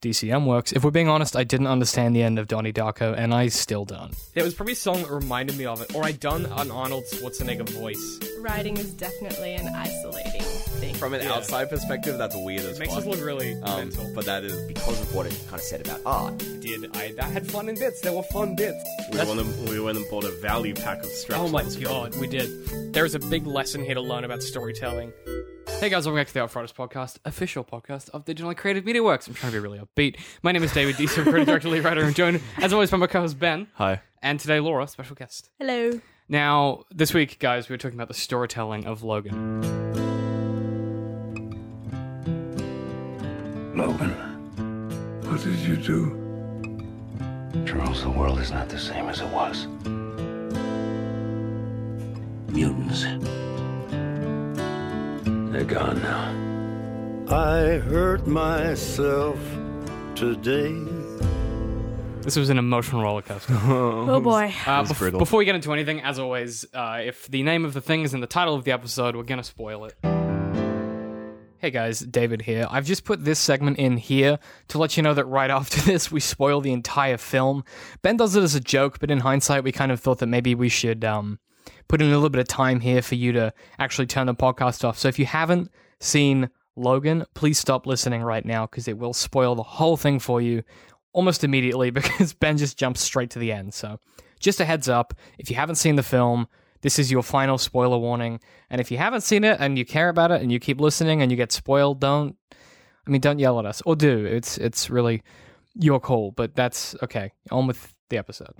DCM works. If we're being honest, I didn't understand the end of Donnie Darko, and I still don't. It was probably a song that reminded me of it, or I done an Arnold Schwarzenegger voice. Writing is definitely an isolating thing. From an Yeah. outside perspective, that's weird as It makes fuck. us look really um, mental. but that is because of what it kind of said about art. did I? I had fun in bits. There were fun bits. We went, and, we went and bought a value pack of straps. Oh my on this god, we did. There is a big lesson here to learn about storytelling. Hey guys, welcome back to the Outfronters podcast, official podcast of Digitally Creative Media Works. I'm trying to be really upbeat. My name is David DCM, creative director, lead writer, and joined as always by my co-host Ben, hi. and today Laura, special guest. Hello. Now, this week, guys, we were talking about the storytelling of Logan. Logan, what did you do? Charles, the world is not the same as it was. Mutants. They're gone now. I hurt myself today. This was an emotional rollercoaster. Oh boy. Uh, was bef- brutal. Before we get into anything, as always, uh, if the name of the thing is in the title of the episode, we're gonna spoil it. Hey guys, David here. I've just put this segment in here to let you know that right after this, we spoil the entire film. Ben does it as a joke, but in hindsight, we kind of thought that maybe we should um, put in a little bit of time here for you to actually turn the podcast off. So if you haven't seen Logan, please stop listening right now because it will spoil the whole thing for you almost immediately because Ben just jumps straight to the end. So just a heads up if you haven't seen the film, this is your final spoiler warning. And if you haven't seen it and you care about it and you keep listening and you get spoiled, don't I mean don't yell at us. Or do. It's it's really your call, but that's okay. On with the episode.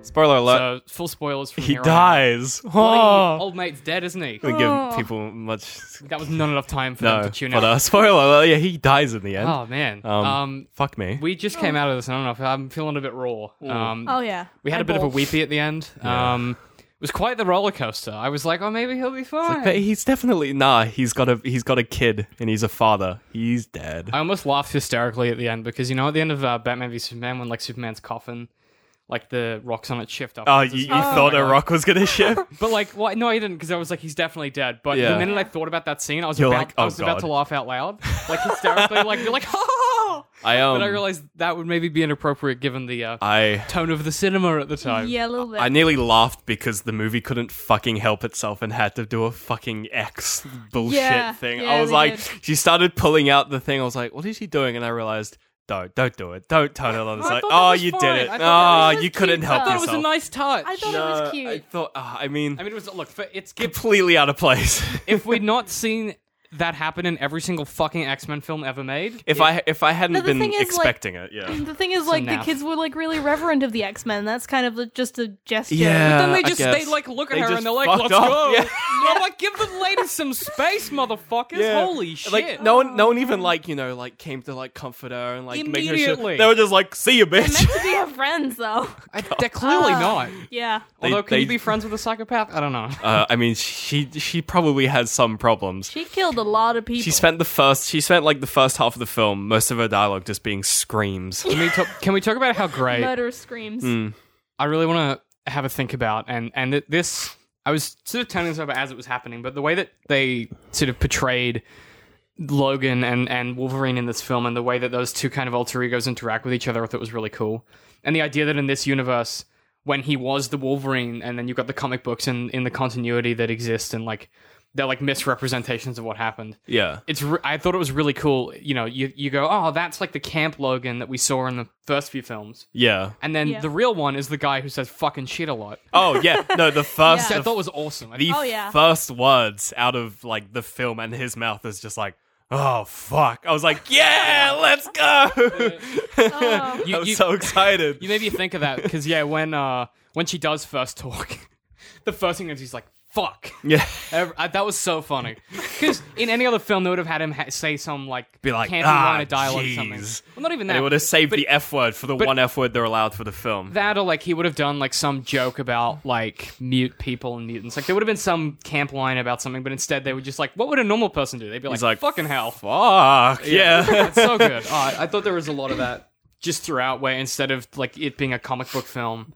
Spoiler alert. so full spoilers from he here on out. dies. Bloody Oh. Old mate's dead, isn't he? Doesn't give people much. That was not enough oh. time for No, them to tune but out. uh, spoiler alert. Yeah, he dies in the end. Oh man. Um, Um, Fuck me. we just came out of this and I don't know if I'm feeling a bit raw. Hmm. Um Oh yeah. we had I a bit of a balked. weepy at the end. Um it was quite the roller coaster. I was like, oh maybe he'll be fine. Like, he's definitely nah. He's got a he's got a kid and he's a father. He's dead. I almost laughed hysterically at the end because you know at the end of uh, Batman v Superman when like Superman's coffin, like the rocks on it shift up. Oh, you, you thought a rock was gonna shift? But like, why no, I didn't because I was like, he's definitely dead. But the Yeah. minute I thought about that scene, I was You're about, like, I oh, was about to God. laugh out loud, like hysterically, like you're like, oh! I um, but I realized that would maybe be inappropriate given the uh, I tone of the cinema at the time. Yeah, a little bit. I nearly laughed because the movie couldn't fucking help itself and had to do a fucking X bullshit Yeah, thing. yeah, I was they like, did. she started pulling out the thing. I was like, what is she doing? And I realized, don't, don't do it. Don't turn it on. It's I like, thought that oh, was you fine. did it. I thought Oh, that was you just couldn't cute, help I thought it was yourself. a nice touch. I I, thought it was cute. I thought, ah, I mean, mean, it was look. For, it's given. completely out of place. if we'd not seen that happen in every single fucking X Men film ever made, if I if I hadn't But the been thing is, like- expecting it, yeah. the thing is, like, the naff. kids were like really reverent of the X Men. That's kind of like, just a gesture. Yeah. Then they uh, I just guess. they like look at They her just and they're like, fucked "Let's up." go." Yeah. I'm like, "Give the lady some space, motherfuckers! Yeah. Holy shit!" Oh. Like no one, no one even like you know like came to like comfort her and like make her shit. Immediately. They were just like, see you, They're meant bitch. to be her friends, though. I- they're clearly Ah. not. Yeah. They- Although, can you they- be friends with a psychopath? I don't know. Uh, I mean, she she probably has some problems. She killed a lot of people. She spent the first. She spent like the first half of the film, most of her dialogue just being screams. Can we, talk, can we talk about how great? murder screams. I really want to have a think about and and th- this. I was sort of turning this over as it was happening, but the way that they sort of portrayed Logan and, and Wolverine in this film and the way that those two kind of alter egos interact with each other, I thought was really cool. And the idea that in this universe, when he was the Wolverine, and then you've got the comic books and in the continuity that exist, and like they're like misrepresentations of what happened. Yeah, It's re- I thought it was really cool. You know, you you go, oh, that's like the camp Logan that we saw in the first few films, yeah. and then Yeah. the real one is the guy who says fucking shit a lot. Oh yeah. No, the first. Which I The, thought was awesome. I the Oh, yeah. first words out of like the film and his mouth is just like, oh fuck. I was like, yeah, let's go. Oh. You- I was you- so excited. You made me think of that because yeah, when uh when she does first talk, the first thing is he's like fuck. yeah. Ev- I- that was so funny because in any other film they would have had him ha- say some like Be like, campy "Ah, line of dialogue or something. jeez." Well, not even And it that. would have saved the F word for the but- one F word they're allowed for the film. that or like he would have done like some joke about like mute people and mutants. Like there would have been some camp line about something, but instead they were just like, what would a normal person do? They'd be like, He's like, fucking hell. Fuck. Yeah. it's so good. Oh, I- I thought there was a lot of that just throughout, where instead of like it being a comic book film,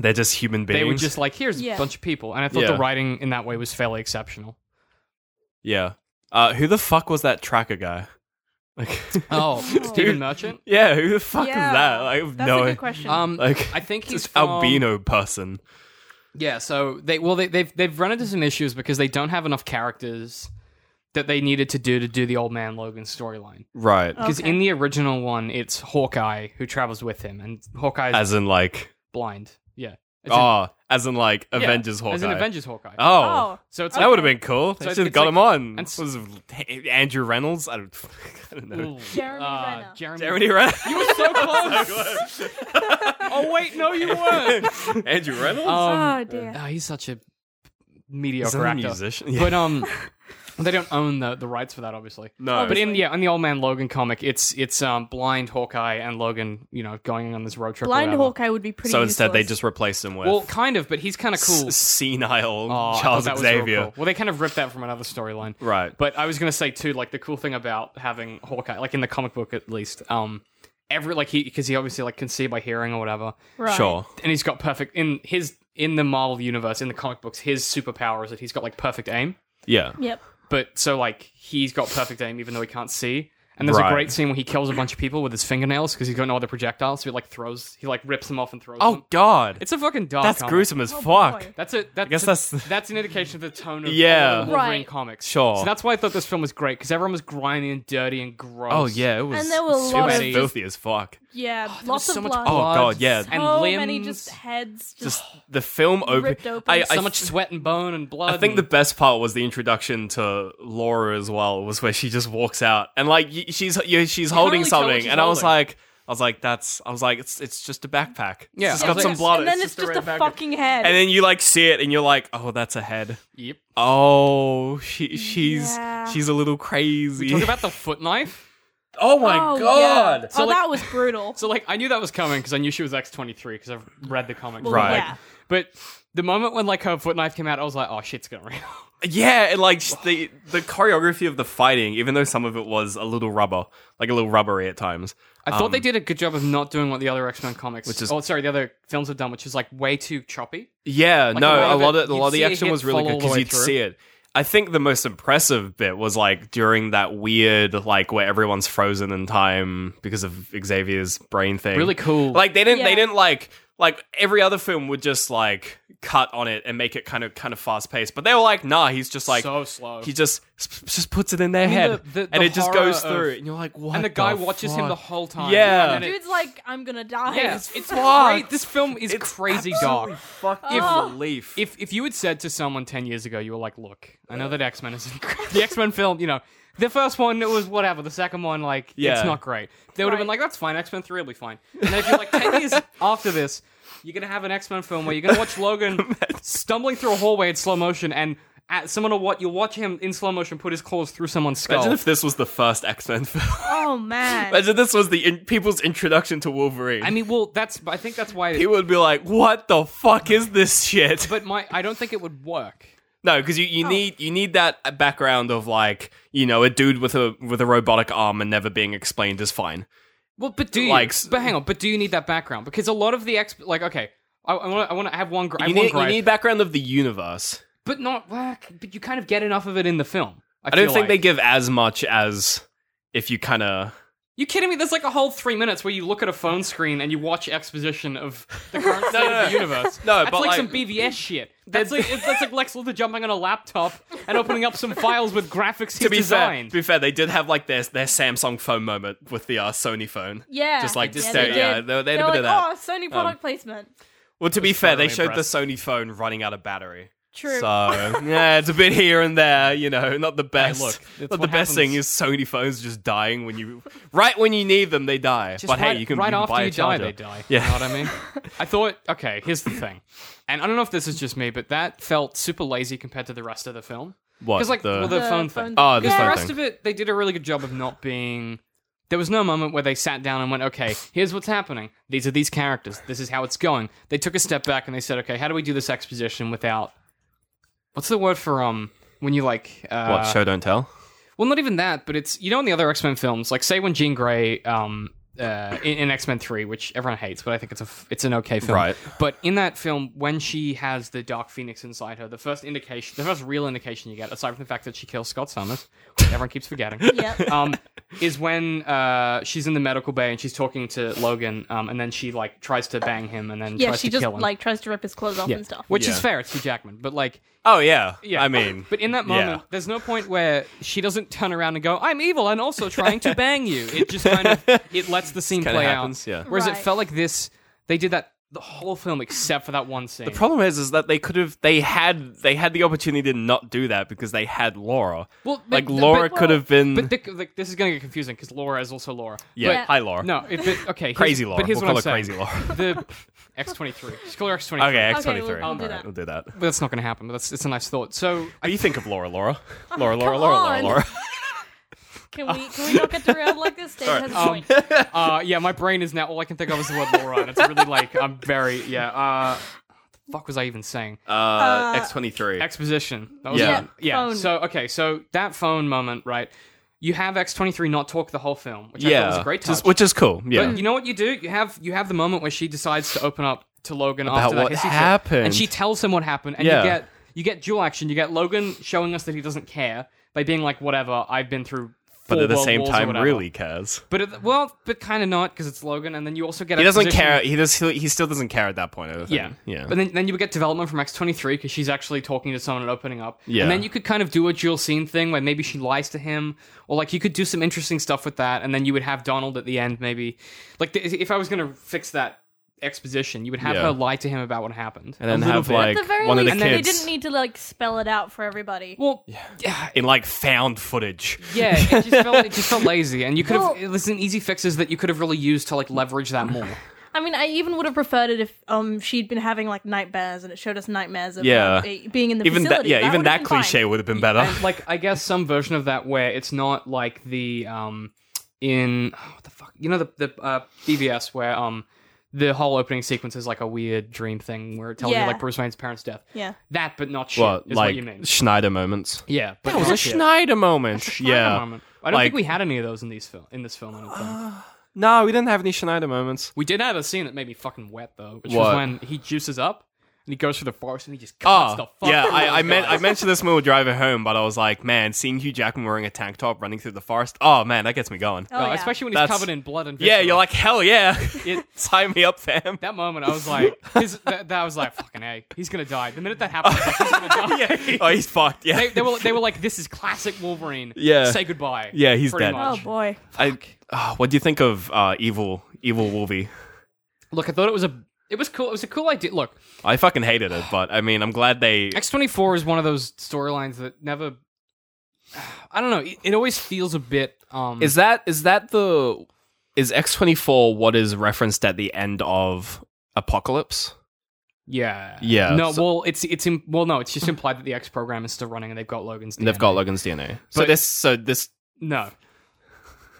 They're just human beings. they were just like, here's Yeah. a bunch of people. And I thought Yeah. the writing in that way was fairly exceptional. Yeah. Uh, who the fuck was that tracker guy? Like, Oh, Stephen Merchant. yeah, who the fuck Yeah. is that? Like, I have That's no, a good question. Um, like, I think he's this from, albino person. Yeah, so they well they, they've they've run into some issues because they don't have enough characters that they needed to do to do the old man Logan storyline. Right. Because Okay. in the original one, it's Hawkeye who travels with him, and Hawkeye is As in, like, blind. Yeah. It's in- oh, as in, like, yeah, Avengers Hawkeye. As in Avengers Hawkeye. Oh. oh, so it's That like, would have been So cool. they it's- should have it's got like- him on. and And s- was Andrew Reynolds? I don't, I don't know. Ooh, Jeremy uh, Renner. Jeremy, Jeremy Reynolds? You were so close. oh wait, no, you weren't. Andrew Reynolds? Um, oh dear. ah, he's such a Is mediocre that a actor. musician? Yeah. But um, they don't own the the rights for that, obviously. no. oh, But in yeah, in the Old Man Logan comic, it's it's um blind Hawkeye and Logan, you know, going on this road trip. or Blind whatever. Hawkeye would be pretty. so instead, they useless. just replaced him with Well, kind of, but he's kind of cool. s- senile Oh, I thought Charles that was real Xavier. cool. Well, they kind of ripped that from another storyline. Right. But I was gonna say too, like the cool thing about having Hawkeye, like in the comic book at least, um, every like he because he obviously like can see by hearing or whatever, right. Sure. and he's got perfect in his in the Marvel universe in the comic books. His superpower is that he's got like perfect aim. Yeah. Yep. But so like he's got perfect aim even though he can't see. And there's Right. a great scene where he kills a bunch of people with his fingernails because he's got no other projectiles. So he like throws, he like rips them off and throws them. Oh God, It's a fucking dark. that's comic. gruesome as Oh, fuck. boy. That's a. That's guess that's- that's an indication of the tone of Yeah. all the Wolverine Right. comics. Sure. So that's why I thought this film was great because everyone was grimy and dirty and gross. Oh yeah, it was. And there were a it lot was of just- filthy as fuck. Yeah. There was lots so of much blood. Oh, God, blood yeah. and so limbs. many just heads. Just, Just the film open. ripped open. I, so I much th- sweat and bone and blood. I think the and- best part was the introduction to Laura as well. Was where she just walks out and like y- she's y- she's can't holding really tell what something, she's and I was holding. like, I was like, that's. I was like, it's it's just a backpack. Yeah. it's Yeah, just got it's some just- blood. and then it's just just a a red backpack. fucking head. And then you like see it, and you're like, oh, that's a head. Yep. Oh, she she's Yeah. she's a little crazy. Talk about the foot knife. oh my oh, god. Yeah. So, oh, like- that was brutal. So like I knew that was coming because I knew she was X twenty three because I've read the comic. Well, Right. Yeah. But the moment when like her foot knife came out, I was like, oh shit's gonna rain. Yeah, and like just the the choreography of the fighting, even though some of it was a little rubber, like a little rubbery at times. I thought they did a good job of not doing what the other X Men comics, Um, Which is- oh sorry, the other films have done, which is like way too choppy. Yeah, Like, no, a lot a of lot it- of, a lot you'd of the see it action hit was really full good all the because way you'd through. see it. I think the most impressive bit was like during that weird like where everyone's frozen in time because of Xavier's brain thing. Really cool. Like they didn't they Yeah. didn't like like every other film would just like cut on it and make it kind of kind of fast paced, but they were like, nah, he's just like so slow. he just just puts it in their mean, head the- the- and the it just horror goes of- through, and you're like, what? and the guy watches him the whole time. And Yeah. then it- Dude's like, I'm gonna die. yeah, it's, it's fucked. great. This film is crazy dark. Fucking Oh. relief. If if you had said to someone ten years ago, you were like, "Look, I know that X Men is the X Men film. You know, the first one it was whatever. The second one, like, Yeah. it's not great." They would have been Right. like, "That's fine. X Men Three will be fine." And then if you're like ten years after this, you're gonna have an X Men film where you're gonna watch Logan stumbling through a hallway in slow motion, and at someone will what you'll watch him in slow motion put his claws through someone's skull. Imagine if this was the first X Men film. Oh man. Imagine this was the in- people's introduction to Wolverine. I mean, well, that's I think that's why. people would be like, "What the fuck is this shit?" but Oh. my I don't think it would work. no, because you, you need you need that background of like you know a dude with a with a robotic arm and never being explained is fine. Well, but do you? Like, s- but hang on. But do you need that background? Because a lot of the exp, like, okay, I want to. I want to have one. Gr- I You have one need, you gripe, need background of the universe. but not. well, c- But you kind of get enough of it in the film. I, I don't feel think like. they give as much as if you kind of You kidding me? There's like a whole three minutes where you look at a phone screen and you watch exposition of the current state of the universe. No, that's but, like, like- some BVS shit. That's like it's, that's like Lex Luthor jumping on a laptop and opening up some files with graphics he's to be designed. fair, to be fair, they did have like their their Samsung phone moment with the uh, Sony phone. yeah. just like yeah, they just stare- yeah, did. they- they had They're a like, bit of that. Um, oh, Sony product placement. Well, to be fair, they really showed the Sony phone running out of battery. True. So yeah, it's a bit here and there, you know, not the best. look, that's not the what best thing is happens. Sony phones just dying when you right when you need them they die. Just but right, hey, you can right you can after buy a you die, charger. they die. Yeah. You know what I mean? I thought, okay, here's the thing, and I don't know if this is just me, but that felt super lazy compared to the rest of the film. What? Because like the, well, the, phone thing. Oh, this the phone rest thing. of it, they did a really good job of not being. There was no moment where they sat down and went, "Okay, here's what's happening. These are these characters. This is how it's going." They took a step back and they said, "Okay, how do we do this exposition without? What's the word for um when you like uh, what show don't tell? well, not even that, but it's you know in the other X Men films, like say when Jean Grey um uh, in, in X Men Three, which everyone hates, but I think it's a f- it's an okay film. Right. But in that film, when she has the Dark Phoenix inside her, the first indication, the first real indication you get, aside from the fact that she kills Scott Summers, which everyone keeps forgetting. Yep. Um, is when uh, she's in the medical bay and she's talking to Logan, um, and then she like tries to bang him, and then Yeah, tries she to just kill him. like tries to rip his clothes off yeah. and stuff. which is Yeah. fair. It's Hugh Jackman, but like, Oh yeah. yeah, I mean, but in that moment, yeah. there's no point where she doesn't turn around and go, "I'm evil and also trying to bang you." It just kind of it lets the scene kinda play happens, out. yeah. Whereas it Right. felt like this, they did that the whole film except for that one scene. The problem is, is that they could have, they had, they had the opportunity to not do that because they had Laura. Well, but- like but- Laura could have been. but the, the, this is going to get confusing because Laura is also Laura. yeah, Yeah. hi Laura. No, if it, okay, here's- crazy Laura. But here's we'll what call I'm her saying. crazy Laura. The X twenty three. Just call her X twenty three. Okay, Okay, X twenty we'll- three. we'll do that. We'll do that. But that's not going to happen. But that's it's a nice thought. So What do you think of Laura, Laura? Laura, come Laura, Laura, Laura, on. Laura. Can we can we not get derailed like this? Dave has a Um, point. uh, yeah, my brain is now all I can think of is the word Laura, and it's really like I'm very yeah. Uh, the fuck was I even saying? Uh, X twenty three. Exposition. That was Yeah. it. yeah. Phone. So okay, so that phone moment, right? You have X twenty three not talk the whole film, which I thought was Yeah, a great which is- touch. which is cool. Yeah, But you know what you do? You have you have the moment where she decides to open up to Logan after that what history shit, happened. and she tells him what happened, and Yeah. you get you get dual action. You get Logan showing us that he doesn't care by being like, "Whatever, I've been through." but four at the world same wars or time, whatever." really cares. But at the- well, but kind of not because it's Logan, and then you also get a He doesn't position- care. He does. He still doesn't care at that point. I don't think. Yeah, yeah. But then, then you would get development from X twenty three because she's actually talking to someone and opening up. Yeah. and then you could kind of do a dual scene thing where maybe she lies to him, or like you could do some interesting stuff with that, and then you would have Donald at the end maybe. Like th- if I was gonna fix that exposition, you would have Yeah. her lie to him about what happened, and then a little have bit. like At the very one of least, the they kids didn't need to like spell it out for everybody. well, yeah, in like found footage. yeah, it just felt it just felt lazy, and you could have Well- there's an easy fixes that you could have really used to like leverage that more. I mean, I even would have preferred it if um she'd been having like nightmares and it showed us nightmares of Yeah. um, it being in the Even that, facility. yeah, even would have that been fine. cliche would have been better. and like I guess some version of that where it's not like the um in oh, what the fuck you know the the uh, BBS where um the whole opening sequence is like a weird dream thing where it tells you Yeah. like Bruce Wayne's parents' death. Yeah. That but not shit What is like what you mean. Schneider moments? yeah, but It was not a shit. Schneider moment. Schneider yeah. moment. I don't Like- Uh, think we had any of those in these film in this film. I don't think. No, we didn't have any Schneider moments. we did have a scene that made me fucking wet though, which was What? when he juices up and he goes through the forest and he just cuts the Oh, fuck. yeah. out of those I, I, meant, I guys. mentioned this when we were driving home, but I was like, man, seeing Hugh Jackman wearing a tank top running through the forest. Oh man, that gets me going. Oh, yeah. especially when he's That's- covered in blood and yeah, viscera. you're like hell yeah. It- Sign me up, fam. That moment, I was like, his, that, that was like, fucking a, he's gonna die. The minute that happened, I was like, he's gonna die. yeah. Oh, he's fucked. Yeah. They, they were they were like, this is classic Wolverine. Yeah. say goodbye. Yeah, he's pretty dead. Oh much. boy. I, oh, what do you think of uh, evil, evil Wolvie? Look, I thought it was a it was cool. It was a cool idea. Look, I fucking hated it, but I mean, I'm glad they. X twenty four is one of those storylines that never. I don't know. It, it always feels a bit. Um, Is that is that the is X24 what is referenced at the end of Apocalypse? yeah, Yeah, No, so- well, it's it's im- well, no, it's just implied that the X program is still running and they've got Logan's. And they've DNA. got Logan's DNA. So But- this, so this, no,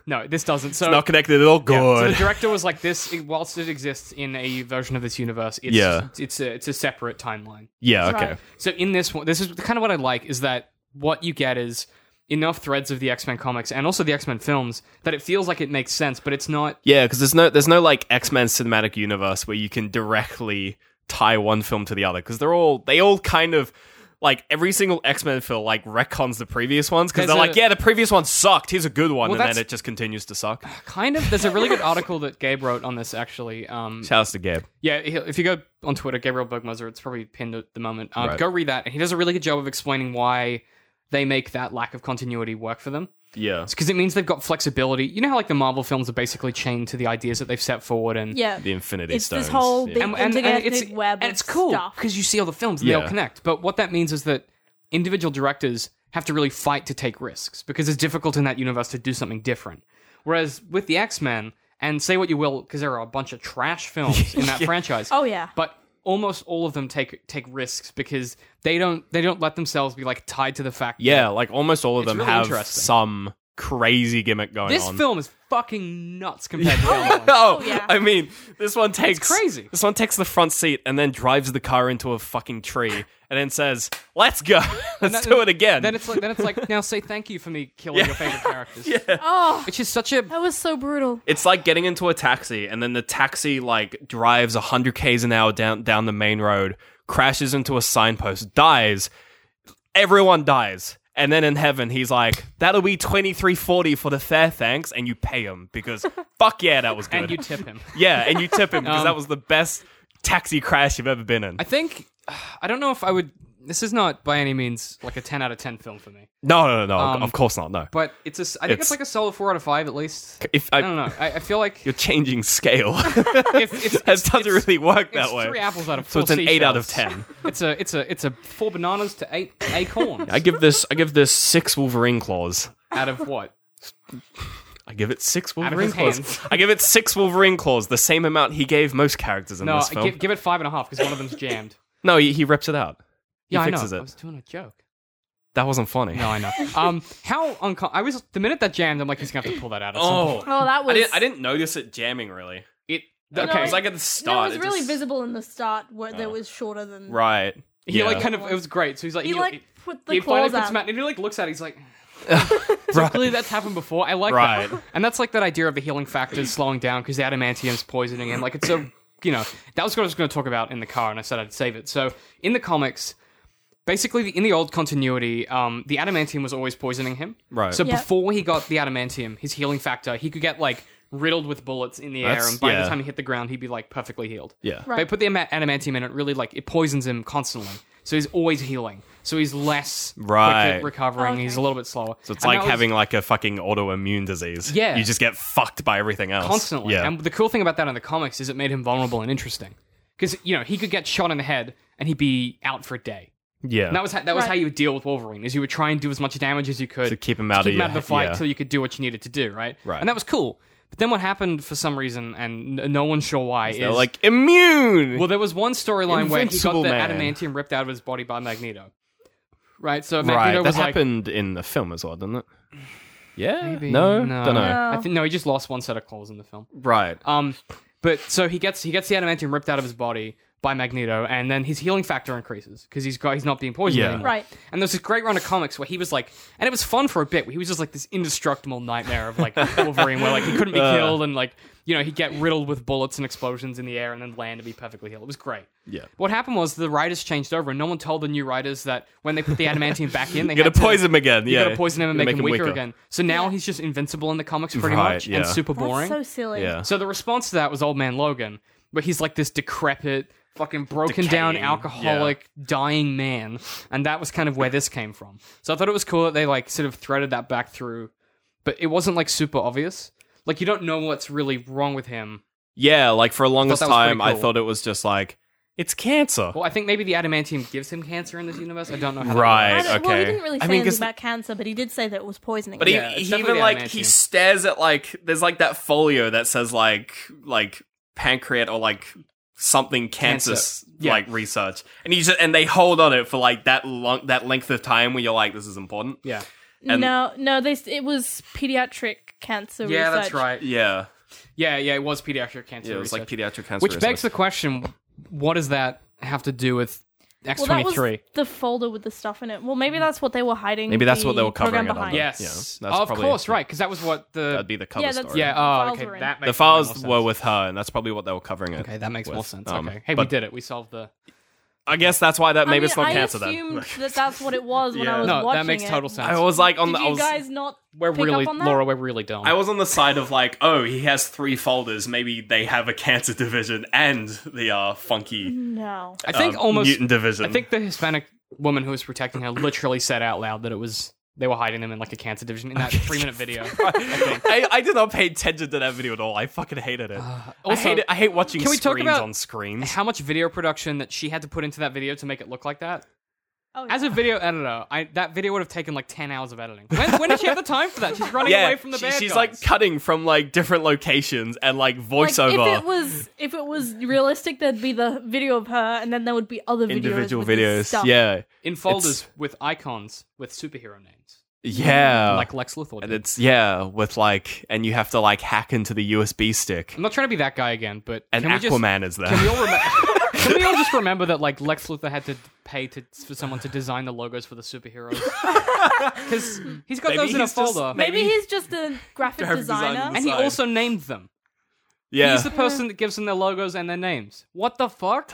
no, this doesn't. So it's not connected at all. Good. Yeah, So the director was like, "This, whilst it exists in a version of this universe, it's Yeah. just- it's a it's a separate timeline." Yeah, Right. okay. So in this one, this is kind of what I like is that what you get is enough threads of the X Men comics and also the X Men films that it feels like it makes sense, but it's not. Yeah, because there's no there's no like X Men cinematic universe where you can directly tie one film to the other because they're all they all kind of like every single X Men film like retcons the previous ones because There's they're a- like yeah the previous one sucked here's a good one Well, and that's- then it just continues to suck. Kind of. There's a really good article that Gabe wrote on this actually. Um, Shout out to Gabe. Yeah, he'll- if you go on Twitter, Gabriel Bergmuser, it's probably pinned at the moment. Uh, Right. Go read that. And he does a really good job of explaining why they make that lack of continuity work for them. Yeah, It's because it means they've got flexibility. You know how like the Marvel films are basically chained to the ideas that they've set forward and Yeah. the Infinity It's Stones. this whole yeah. big and, and, and interconnected it's web and of it's cool stuff. because you see all the films and they all Yeah. connect. But what that means is that individual directors have to really fight to take risks because it's difficult in that universe to do something different. Whereas with the X Men, and say what you will, because there are a bunch of trash films in that franchise. Oh, yeah. but almost all of them take take risks because they don't they don't let themselves be like tied to the fact. that yeah, like almost all of It's them really have interesting. some crazy gimmick going this on. film is fucking nuts compared to the other ones. Oh, yeah. I mean, this one takes crazy. This one takes the front seat and then drives the car into a fucking tree and then says, "Let's go, let's that- do it again." Then it's like then it's like now say thank you for me killing your favorite characters. yeah. Oh, Which is such a that was so brutal. It's like getting into a taxi and then the taxi like drives 100 k's an hour down down the main road, crashes into a signpost, dies. Everyone dies. And then in heaven, he's like, "That'll be 23.40 for the fare, thanks." And you pay him because fuck yeah, that was good. and you tip him. yeah, and you tip him because Um, that was the best taxi crash you've ever been in. I think I don't know if I would this is not by any means like a 10 out of 10 film for me. no, no, no, no. Um, of course not. No. But it's a s- I think it's, It's- like a solid 4 out of 5 at least. If I I, don't know. I, I feel like you're changing scale, if it's, it doesn't it's- really work it's that way. three apples out of So four it's an eight out of seashells. 10. It's a it's a it's a four bananas to eight acorns. I give this I give this six Wolverine claws. out of what? I give it six of Wolverine his claws. hands. I give it six Wolverine claws, the same amount he gave most characters in No, this film. give, give it five and a half because one of them's jammed. No, he, he rips it out. He yeah, fixes I know. I it. was doing a joke. That wasn't funny. No, I know. Um, how uncom- I was the minute that jammed. I'm like, he's gonna have to pull that out. At some point. Oh, that was. didn't notice it jamming really. It No, it- at the No, it was really visible in the start where Oh. that was shorter than. Right. he yeah. like kind of it was great. So he's like, He like put the he finally claws puts him out. out, and he like looks at. it, He's like. So clearly that's happened before. I like Right. that, and that's like that idea of the healing factors slowing down because the adamantium's poisoning him. Like it's so you know that was what I was going to talk about in the car, and I said I'd save it. So in the comics, basically the, in the old continuity, um, the adamantium was always poisoning him. Right. So Yep. before he got the adamantium, his healing factor, he could get like riddled with bullets in the air, That's- and by yeah. the time he hit the ground, he'd be like perfectly healed. Yeah. They put the ama- adamantium in it, really like it poisons him constantly. So he's always healing. So he's less quick at Right. recovering. Oh, Okay. He's a little bit slower. So it's like having like a fucking autoimmune disease. Yeah. You just get fucked by everything else. constantly. Yeah. And the cool thing about that in the comics is it made him vulnerable and interesting because you know he could get shot in the head and he'd be out for a day. yeah. And that was how, that was Right. how you would deal with Wolverine is you would try and do as much damage as you could To keep him out of your- the fight yeah. till you could do what you needed to do, right? Right. And that was cool. But then what happened for some reason, and n- no one's sure why, is They're like immune. well, there was one storyline where he got Invincible the Man. adamantium ripped out of his body by Magneto. Right, so right. Magneto That was like, happened in the film as well, didn't it? Yeah. Maybe. No. Uh, no, Don't know. uh, I think no, he just lost one set of claws in the film. Right. Um, but so he gets he gets the adamantium ripped out of his body by Magneto, and then his healing factor increases because he's got he's not being poisoned Yeah. anymore. Right. And there's this great run of comics where he was like, and it was fun for a bit. Where he was just like this indestructible nightmare of like Wolverine, where like he couldn't be Uh. killed, and like you know he'd get riddled with bullets and explosions in the air, and then land and be perfectly healed. It was great. Yeah. What happened was the writers changed over, and no one told the new writers that when they put the adamantium back in, they You're had gonna to- poison him again. You're yeah. gonna poison him and You're make, gonna him weaker, again. So now he's just invincible in the comics pretty Right, much yeah. and super That's boring. so silly. Yeah. So the response to that was Old Man Logan, but he's like this decrepit, fucking broken down Decaying, alcoholic, dying man, and that was kind of where this came from. So I thought it was cool that they like sort of threaded that back through, but it wasn't like super obvious. Like you don't know what's really wrong with him. Yeah. Like for a longest that was pretty time, I cool. thought it was just like it's cancer. Well, I think maybe the adamantium gives him cancer in this universe. I don't know. How that Right. I don't- Well, okay. he didn't really I say mean, 'cause- anything about cancer, but he did say that it was poisoning. But him. he, Yeah, it's he definitely even the like adamantium. he stares at like there's like that folio that says like like pancreas or like something Cancer. cancer, s- Yeah. like research, and you just and they hold on it for like that long that length of time where you're like this is important. Yeah. and- no, no, they, s- it was pediatric cancer. Yeah, research. that's right. Yeah, Yeah, yeah, it was pediatric cancer. yeah, it was like research. pediatric cancer, Which begs the research. question: What does that have to do with X Well, twenty that was three? the folder with the stuff in it. Well, maybe that's what they were hiding. Maybe that's what the they were covering program it under. behind. Yes, Yeah, that's of probably- course, right? Because that was what the that'd be the cover Yeah, that's- story. yeah. The Oh, files okay, were in. that the makes way files more sense. were with her, and that's probably what they were covering it. Okay, that makes more with, sense. um, okay, hey, we but- did it. We solved the. I guess that's why that I maybe mean, it's not I cancer then. assumed that that's what it was when I was No, watching that makes it. total sense. I was like on Did the. I you was, guys not? we're pick really, up on that? Laura. We're really dumb. I was on the side of like, oh, he has three folders. Maybe they have a cancer division and the uh, funky No. I think um, almost. mutant division. I think the Hispanic woman who was protecting her literally said out loud that it was they were hiding them in like a cancer division in that three minute video. I, I did not pay attention to that video at all. I fucking hated it. Uh, also- I hate it. I hate watching Can we talk screens about on screens. How much video production that she had to put into that video to make it look like that? Oh, As a video editor, I, that video would have taken like ten hours of editing. When, when did she have the time for that? She's running yeah, away from the she- bad she's guys. like cutting from like different locations and like like, voiceover. If it was if it was realistic, there'd be the video of her, and then there would be other videos individual with this videos. Stuff. Yeah, in folders with icons with superhero names, yeah. like Lex Luthor. Oh. and Did. it's yeah with like, and you have to like hack into the USB stick. I'm not trying to be that guy again, but And can we just- Aquaman is there. Can we all remember? Can we all just remember that like Lex Luthor had to pay to for someone to design the logos for the superheroes? Because he's got Maybe those in a he's just- folder, Maybe he's just a graphic Graphic design designer. and he design. also named them. Yeah. He's the person that gives them their logos and their names. What the fuck?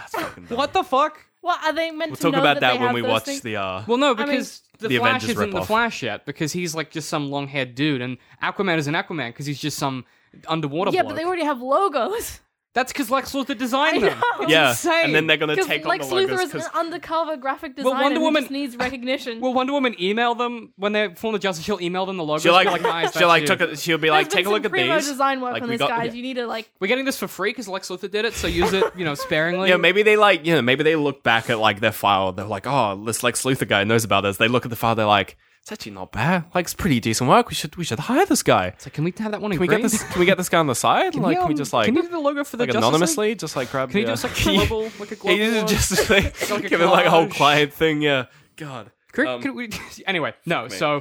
what the fuck? What are they meant We'll to talk know about that, that, they when have we those watch things? the. uh Well, no, mean- because the, The Flash Avengers isn't the ripoff. Flash yet, because he's like just some long-haired dude, and Aquaman is an Aquaman because he's just some underwater. Yeah, bloke. but they already have logos. That's because Lex Luthor designed I them. know. Yeah, insane. and then they're gonna 'Cause take Lex on the logos Luthor is an because undercover graphic designer Well, Wonder who Woman- just needs recognition. Will Wonder Woman email them when they form the Justice? She'll email them the logos. she and like, be like nice, she that's like you." took a, she'll be There's like been take a some look at primo these. design work Like, on we this, got- guys. yeah. You need to like. We're getting this for free because Lex Luthor did it, so use it, you know, sparingly. Yeah, maybe they like you know maybe they look back at like their file. They're like, oh, this Lex Luthor guy knows about this. They look at the file. They're like, it's actually not bad. Like it's pretty decent work. We should we should hire this guy. It's like, can we have that one? Can we get this? Can we get this guy on the side? like, can we just like Can you do the logo for the like Justice League? anonymously? Just like grab. Can you the, do just like Yeah. global, like a global? uh, He did one? just like, like a give it like a whole collage. client thing. Yeah, God. Could- um, could we- anyway, no. So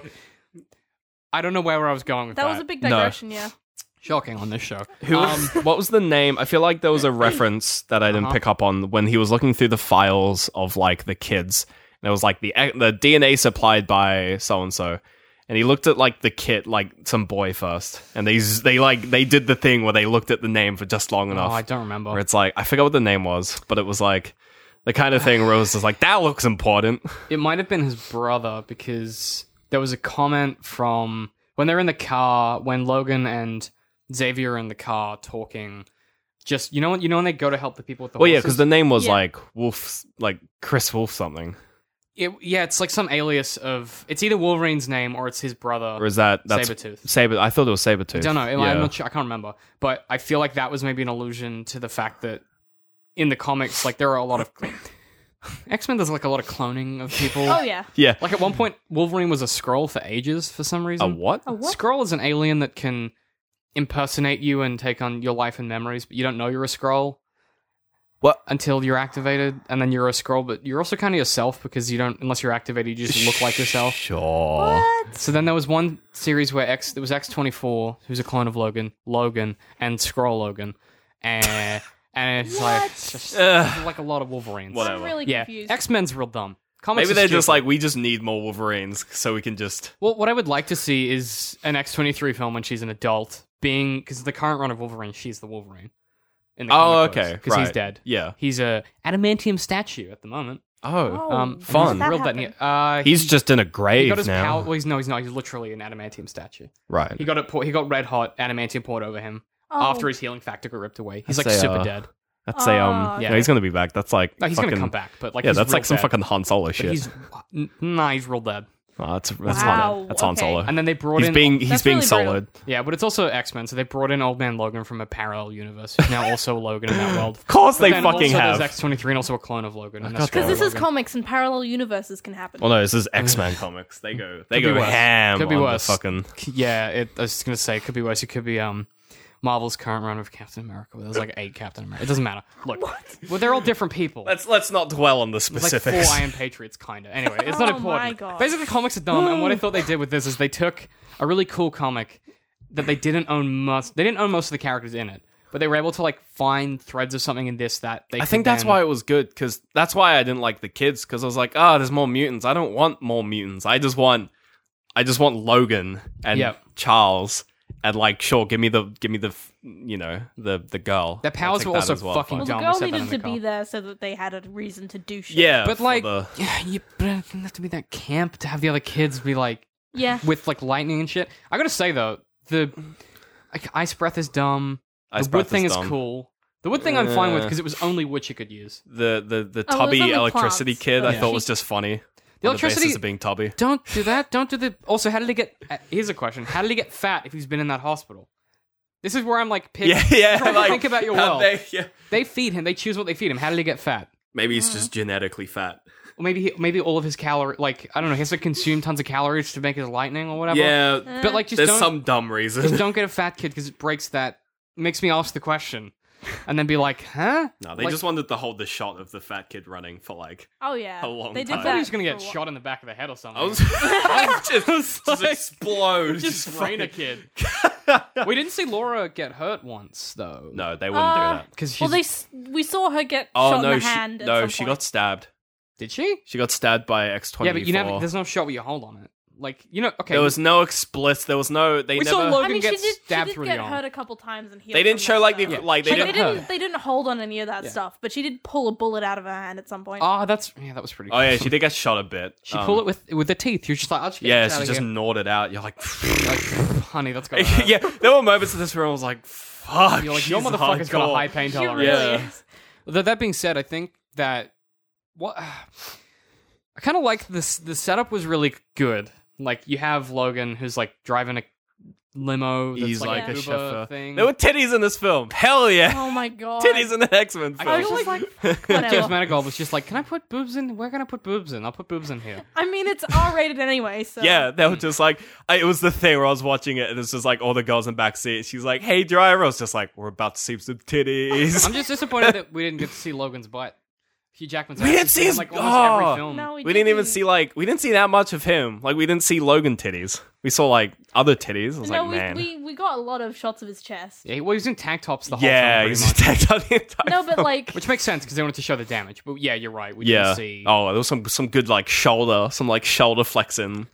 I don't know where I was going with that. That was a big digression, yeah. shocking on this show. Um, Who? what was the name? I feel like there was a reference that I didn't Uh-huh. pick up on when he was looking through the files of like the kids, and it was like the e, the DNA supplied by so and so, and he looked at like the kid, like some boy first, and they z- they like they did the thing where they looked at the name for just long Oh, enough. I don't remember. Where it's like I forgot what the name was, but it was like the kind of thing where it was just like that looks important. It might have been his brother because there was a comment from when they're in the car when Logan and Xavier are in the car talking. Just you know when you know when they go to help the people with the Well, yeah, because horses? the name was Yeah. like Wolf, like Chris Wolf something, It- yeah, it's like some alias of it's either Wolverine's name or it's his brother. or is that that's Sabretooth. Saber? I thought it was Sabretooth. I don't know. Yeah. I'm not sure. I can't remember. But I feel like that was maybe an allusion to the fact that in the comics, like there are a lot of X Men. There's like a lot of cloning of people. Oh yeah. Yeah, Like at one point, Wolverine was a scroll for ages for some a reason. what? Scroll is an alien that can impersonate you and take on your life and memories, but you don't know you're a scroll. What? Until you're activated, and then you're a scroll, but you're also kind of yourself because you don't, unless you're activated, you just look like yourself. Sure. So then there was one series where X, there was X24, who's a clone of Logan, Logan, and Scroll Logan. And, and it's like, it's just, Ugh. like a lot of Wolverines. Whatever. I'm really Yeah. confused. X Men's real dumb. Comics Maybe are they're just stupid. like we just need more Wolverines, so we can just. Well, what I would like to see is an X twenty three film when she's an adult, being because the current run of Wolverine, she's the Wolverine. In the Oh, okay. because he's right. dead. Yeah. He's a adamantium statue at the moment. Oh, Um, Oh. fun. Real dead. happened? Uh, he's just in a he grave got his now. power. Well, he's, no, he's not. He's literally an adamantium statue. right. He got it. Pour, he got red hot adamantium poured over him Oh. after his healing factor got ripped away. He's I'd like say, super uh, dead. That's a Oh, um. Yeah, okay. he's gonna be back. That's like. Ah, No, he's fucking, gonna come back, but like yeah, he's that's real like some dead. fucking Han Solo But shit. he's n- nah, he's real dead. oh, that's that's Wow, Han. That's Han okay. Solo. And then they brought He's in being he's That's being really brutal. solid. Yeah, but it's also X Men, so they brought in Old Man Logan from a parallel universe, who's now also Logan in that world. Of course they fucking have. X twenty three and also a clone of Logan. God Because damn Because this is Logan. comics and parallel universes can happen. Well, no, this is X Men comics. They go they Could be go worse. ham. Could be on the worse. Fucking. yeah. It, I was just gonna say it could be worse. It could be um. Marvel's current run of Captain America. where There's like eight Captain America. It doesn't matter. Look, well, they're all different people. Let's let's not dwell on the There's like specifics. four Iron Patriots, kind of. Anyway, it's not Oh important. my God. Basically, comics are dumb, and what I thought they did with this is they took a really cool comic that they didn't own most. They didn't own most of the characters in it, but they were able to like find threads of something in this that they. I think that's why it was good because that's why I didn't like the kids because I was like, ah, there's more mutants. I don't want more mutants. I just want, I just want Logan and Yep. Charles and like, sure, give me the, give me the, f- you know, the the girl. Their powers I'll take were that also as well, fucking Well, fine. the dumb, girl said that in needed the to be comic. there so that they had a reason to do shit. Yeah, But for like, the- yeah, you but it doesn't have to be that camp to have the other kids be like Yeah. with like lightning and shit. I gotta say though, the like, ice breath is dumb. Ice the wood Breath thing is dumb. Eh. cool. The wood thing I'm fine with Yeah. because it was only wood she could use. The the the Oh, it was tubby on the electricity plants, kid I but thought she- was just funny. The on the electricity- basis of being tubby. Don't do that. Don't do the. Also, how did he get? uh, Here's a question: How did he get fat if he's been in that hospital? This is where I'm like, pick, Yeah, yeah. try to Like, think about your how world. They... they- yeah. feed him. They choose what they feed him. How did he get fat? Maybe Uh-huh. he's just genetically fat. Or maybe he, maybe all of his calorie, like I don't know, he has to consume tons of calories to make his lightning or whatever. Yeah, But like, just there's Uh, don't some dumb reason. just don't get a fat kid because it breaks that. Makes me ask the question, and then be like, huh? No, they Like, just wanted to hold the shot of the fat kid running for like. Oh yeah. A long they time. did I that. thought he was gonna for get a while. shot in the back of the head or something. I was, I was just, just like- explode. just brain a like- kid. we didn't see Laura get hurt once though. No, they wouldn't Uh, do that. because Well, they s- we saw her get Oh shot no, in the she, hand. at no, some she point. got stabbed. did she? She got stabbed by X twenty Yeah, four. but you never. There's no shot where you hold on it. Like you know. Okay. There was no explicit. There was no. They We never. saw Logan I mean, she gets did, stabbed she did through get the arm. hurt a couple times and healed. they didn't from show that, like the so- Yeah. like they She Like, got they didn't. hurt. didn't. They didn't hold on any of that Yeah. stuff, but she did pull a bullet out of her hand at some point. Ah, that's yeah. That was pretty. Oh yeah, she did get shot a bit. Um, She pulled it with with the teeth. You're just like, I'll just get Yeah, this out she of just here. gnawed it out. You're like, like, honey, that's gonna hurt. yeah. There were moments in this where I was like, fuck. You're like, your she's motherfucker's got a hardcore." high pain She tolerance. really Yeah. is. Th- that being said, I think that what I kind of like this. The setup was really good. Like you have Logan, who's like driving a limo. That's He's like, an like, a uh, Uber chauffeur. thing. There were titties in this film. Hell yeah, Oh my god. titties in the X Men film. I was just like, James whatever. Manigold was just like, "Can I put boobs in? Where can I put boobs in? I'll put boobs in here." I mean, it's R-rated anyway, so Yeah, they were just like, I, it was the thing where I was watching it, and it's just like all the girls in backseat. She's like, "Hey, driver," I was just like, "We're about to see some titties." I'm just disappointed that we didn't get to see Logan's butt. Hugh Jackman's. We didn't ass is see in, his- like almost oh. every film. No, we, we didn't even see like we didn't see that much of him. Like we didn't see Logan titties. We saw like other titties. I was no, like, man, we, we we got a lot of shots of his chest. Yeah, he, well, he was in tank tops the whole time. yeah, pretty he's much. just tagged on the entire. No, but like, Which makes sense because they wanted to show the damage. But yeah, you're right. We yeah. didn't see. Oh, there was some some good like shoulder, some like shoulder flexing.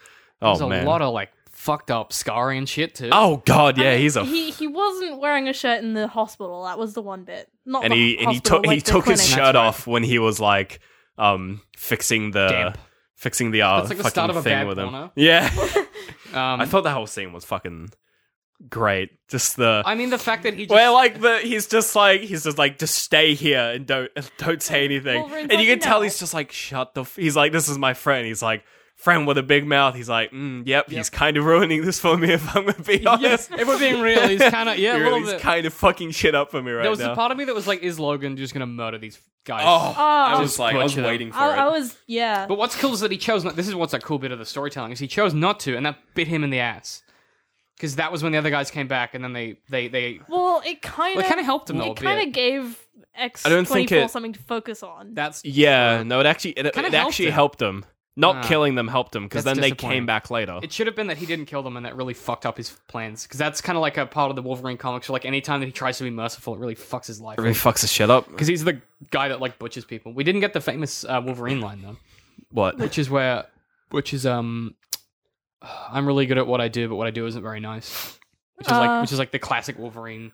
Oh There's a man. lot of like fucked up scarring and shit too. oh god, yeah, I mean, he's a. he he wasn't wearing a shirt in the hospital. That was the one bit. Not and the he and he hospital, took like he the took his clinic. shirt off when he was like um fixing the Damp. fixing the uh, That's like the fucking start of a thing bad with him. porno. Yeah, um, I thought that whole scene was fucking great. Just the I mean, the fact that he just Where like the he's just like he's just like just stay here and don't and don't say anything, Wolverine's and you like, can tell "No." he's just like shut the. F-. He's like this is my friend. He's like friend with a big mouth. He's like mm, yep, He's kind of ruining this for me if I'm gonna be honest. yes, if we're being real, he's kind of yeah, a He little really is bit. kind of fucking shit up for me right there was now. a part of me that was like, is Logan just gonna murder these guys? oh, I Oh. was like I was Butcher them. waiting for I, I it. was yeah. But what's cool is that he chose not. This is what's a cool bit of the storytelling is he chose not to, and that bit him in the ass. Because that was when the other guys came back, and then they they they. well, it kind of Well, it kinda helped him, though, a It kind bit. of gave X I don't twenty think four it- something to focus on. That's Yeah, no, it actually it, Kinda it helped actually him. helped him. Not Ah. killing them helped him because That's then they disappointing. came back later. It should have been that he didn't kill them, and that really fucked up his plans. Because that's kind of like a part of the Wolverine comics. Where like any time that he tries to be merciful, it really fucks his life. really fucks his shit up. Because he's the guy that like butchers people. We didn't get the famous uh, Wolverine line though, What? which is where, which is um, I'm really good at what I do, but what I do isn't very nice. Which is Uh. like, which is like the classic Wolverine.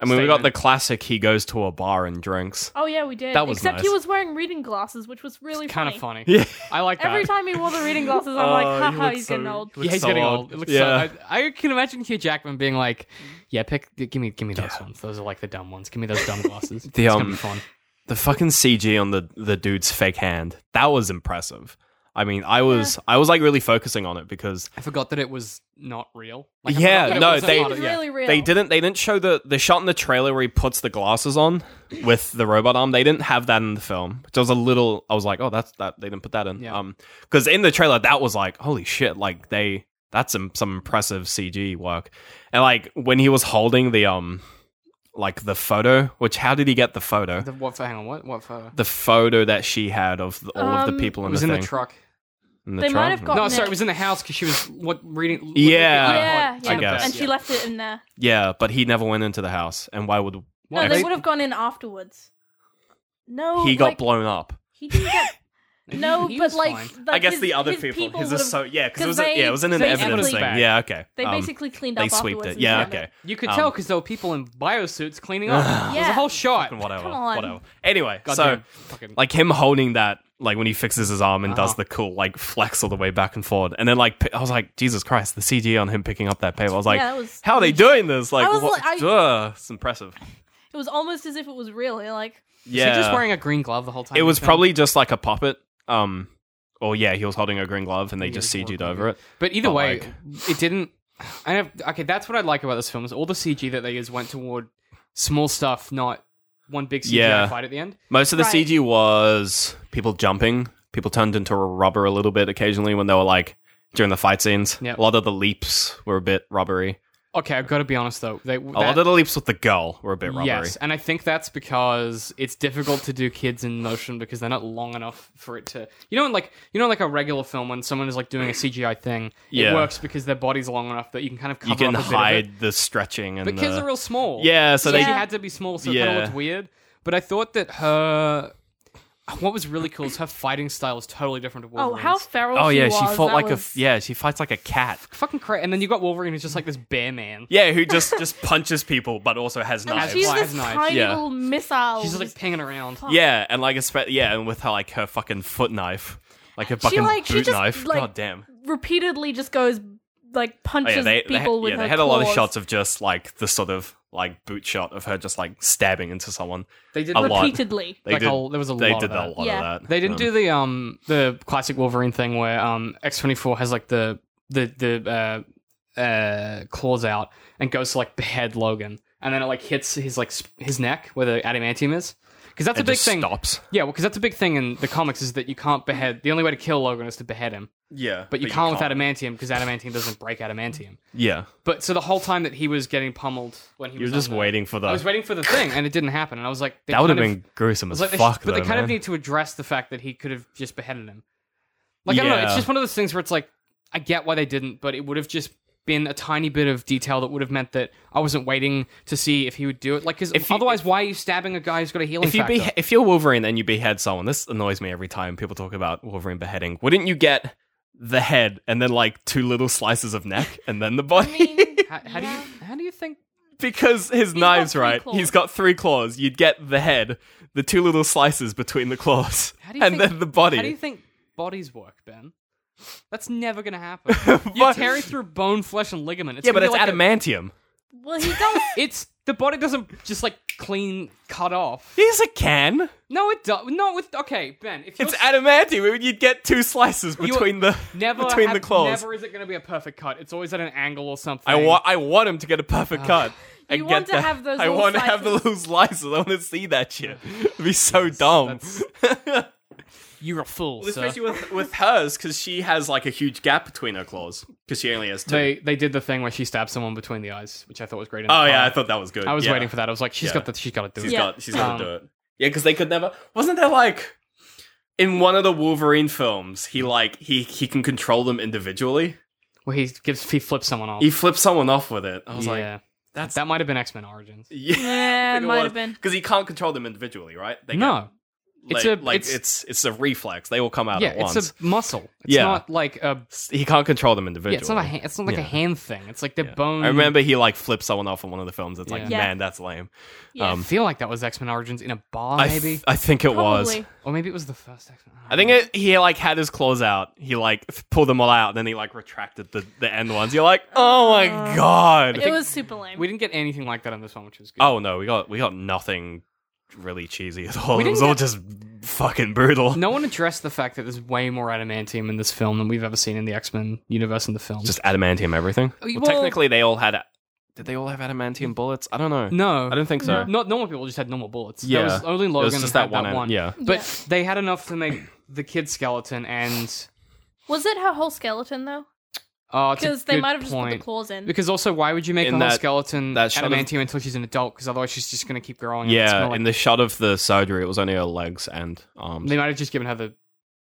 I mean, we got statement. the classic. He goes to a bar and drinks. oh yeah, we did. That was Except nice. he was wearing reading glasses, which was really Kind of funny. funny. Yeah. I like that. Every time he wore the reading glasses, I'm like, Oh, he haha, looks he's so- getting old. he yeah, he's so getting old. old. It looks Yeah. so. I, I can imagine Hugh Jackman being like, "Yeah, pick, give me, give me those ones. Those are like the dumb ones. Give me those dumb glasses. The, it's gonna um, be fun." The fucking CG on the the dude's fake hand that was impressive. I mean, I was I was like really focusing on it because I forgot that it was not real. I Yeah, forgot that it no, wasn't they- part of- yeah. really real. they didn't they didn't show the the shot in the trailer where he puts the glasses on with the robot arm. They didn't have that in the film. Which I was a little I was like, oh, that's that they didn't put that in. Yeah. Um, because in the trailer that was like, holy shit, like they that's some some impressive CG work. And like when he was holding the um like the photo, which how did he get the photo? The, what? Hang on. What? What photo? the photo that she had of the, all of Um, the people It in was the in thing. the truck. In the They might trunk? have got- No, Nick. sorry, it was in the house because she was what reading. looking at the Yeah. Yeah, iPod. yeah. I guess. And she left it in there. Yeah, but he never went into the house. And why would Why? No, they They- would have gone in afterwards. No, he got Oh, like, blown up? He didn't get. No, He but was like, fine. like his- his would've- yeah, 'cause it was a- they- yeah, it was in an they evidence basically- thing. Yeah, okay. They Um, basically cleaned up. they sweeped afterwards it. and Yeah, found it. okay. You could Um, tell because there were people in biosuits cleaning up. There's a Yeah. whole shot. And whatever, Come on. whatever. Anyway, so Goddamn fucking- like him holding that, like when he fixes his arm and does Uh-huh. the cool like flex all the way back and forward, and then like pi- I was like, Jesus Christ, the CG on him picking up that paper. I was like, Yeah, that was- how are they doing this? Like, was what- like- I- Duh, it's impressive. It was almost as if it was real. You're like, Was Yeah, he just wearing a green glove the whole time? it was Ethan? probably just like a puppet. Um, or yeah, he was holding a green glove, and they Yeah, just he was CG'd holding a over it. But either But, way, like- it didn't. I have, okay, that's what I like about this film is all the CG that they used went toward small stuff, not one big CGI Yeah. fight at the end. Most of the Right. CG was people jumping. People turned into rubber a little bit occasionally when they were like during the fight scenes. Yep. A lot of the leaps were a bit rubbery. Okay, I've got to be honest though. They, A lot of the leaps with the girl were a bit rubbery. Yes, and I think that's because it's difficult to do kids in motion because they're not long enough for it to. You know, in like you know, in like a regular film when someone is like doing a CGI thing, Yeah. it works because their body's long enough that you can kind of cover you can up a bit of it. hide the stretching and But the, kids are real small. yeah. So so they she had to be small, so it kind Yeah. of looked weird. But I thought that her, what was really cool is her fighting style is totally different to Oh, Wolverine's. how feral! oh she yeah, was. she fought That like a was... f- yeah. She fights like a cat. fucking crazy! And then you got Wolverine who's just like this bear man. Yeah, who just just punches people but also has And knives. she's Knives, this knives. tiny Yeah. little missile. She's just like just- pinging around. yeah, and like a spe- yeah, and with her like her fucking foot knife, like her fucking like- she boot just, knife. like, God damn. repeatedly just goes like Oh, punches yeah, they, they, had- people with yeah, her they had a lot of claws. shots of just like the sort of like boot shot of her just like stabbing into someone. They did A lot. repeatedly. They Like, did, a- there was a they lot did of that. a lot Yeah. of that. They didn't Um, do the um the classic Wolverine thing where um X twenty four has like the the the uh, uh claws out and goes to like behead Logan and then it like hits his like sp- his neck where the adamantium is because that's it a big just thing. Stops. Yeah, well, because that's a big thing in the comics is that you can't behead. The only way to kill Logan is to behead him, Yeah, but you, can't, with adamantium because adamantium doesn't break adamantium. Yeah, But so the whole time that he was getting pummeled when he you're was just on the- waiting for I was the. waiting for the thing and it didn't happen, and I was like, they That would have kind of- been I gruesome was as like, they sh- fuck. but they though, kind of man. need to address the fact that he could have just beheaded him. Like I don't know, Yeah. it's just one of those things where it's like I get why they didn't, but it would have just been a tiny bit of detail that would have meant that I wasn't waiting to see if he would do it. Like, because If you- otherwise, why are you stabbing a guy who's got a healing if you factor? be if you're Wolverine and you behead someone, this annoys me every time people talk about Wolverine beheading. Wouldn't you get the head and then like two little slices of neck and then the body? how, how do you how do you think? because his got knives, three right? claws. He's got three claws. You'd get the head, the two little slices between the claws, How do you and think- then the body. How do you think bodies work, Ben? That's never gonna happen. you But- tear through bone, flesh, and ligament. It's yeah, but gonna it's be like a- adamantium. Well, he does. it's the body doesn't just like clean cut off. He's a can. No, it does. No, with okay, Ben. If It's you're- adamantium. You'd get two slices You- between the Never between have- the claws. Never is it going to be a perfect cut. It's always at an angle or something. I want I want him to get a perfect cut. And You get want to the- have those I little want to have the slices. little slices. I want to see that shit. It'd be so dumb. You're a fool, sir. Especially with with hers because she has like a huge gap between her claws because she only has two. They they did the thing where she stabbed someone between the eyes, which I thought was great. in the oh yeah, I comic. thought that was good. I was Yeah. waiting for that. I was like, she's Yeah. got the, she's got to do She's it. Yeah. got she's gonna Um, do it. Yeah, because they could never. Wasn't there like in one of the Wolverine films? He like he he can control them individually. Well, he gives he flips someone off. He flips someone off with it. I was like, yeah, that's that might have been X Men Origins. yeah. yeah, might have been. because he can't control them individually, right? They no, get- like, It's it's a- like it's- it's, it's a reflex. They all come out yeah, at it's once. a muscle. It's Yeah. not like a. he can't control them individually. Yeah, it's not a. Hand, it's not like a Yeah. hand thing. It's like the Yeah. bone. I remember he like flipped someone off in one of the films. It's Yeah. like, Yeah. man, that's lame. Yeah. I feel like that was X Men Origins in a bar, um, I, Oh, maybe, th- I think it was. Probably. or maybe it was the first X Men. I think it, he like had his claws out. He like th- pulled them all out, and then he like retracted the, the end ones. You're like, oh my god. It was super lame. we didn't get anything like that in this one, which is good. oh no, we got we got nothing really cheesy at all. We It was didn't all get- just fucking brutal. No one addressed the fact that there's way more adamantium in this film than we've ever seen in the X Men universe in the film. Just adamantium everything. Uh, Well, well- technically, they all had. a- Did they all have adamantium bullets? I don't know. no, I don't think so. Not normal people just had normal bullets. Yeah. there was only It Logan was just had that one. end, Yeah. but Yeah. they had enough to make the kid skeleton and Was it her whole skeleton though? uh, Because they might have just put the point. claws in. Because also, why would you make In a whole that- skeleton that shot of- adamantium until she's an adult? Because otherwise, she's just going to keep growing. and it's Yeah, gonna, in like- the shot of the surgery, it was only her legs and arms, they might have just given her the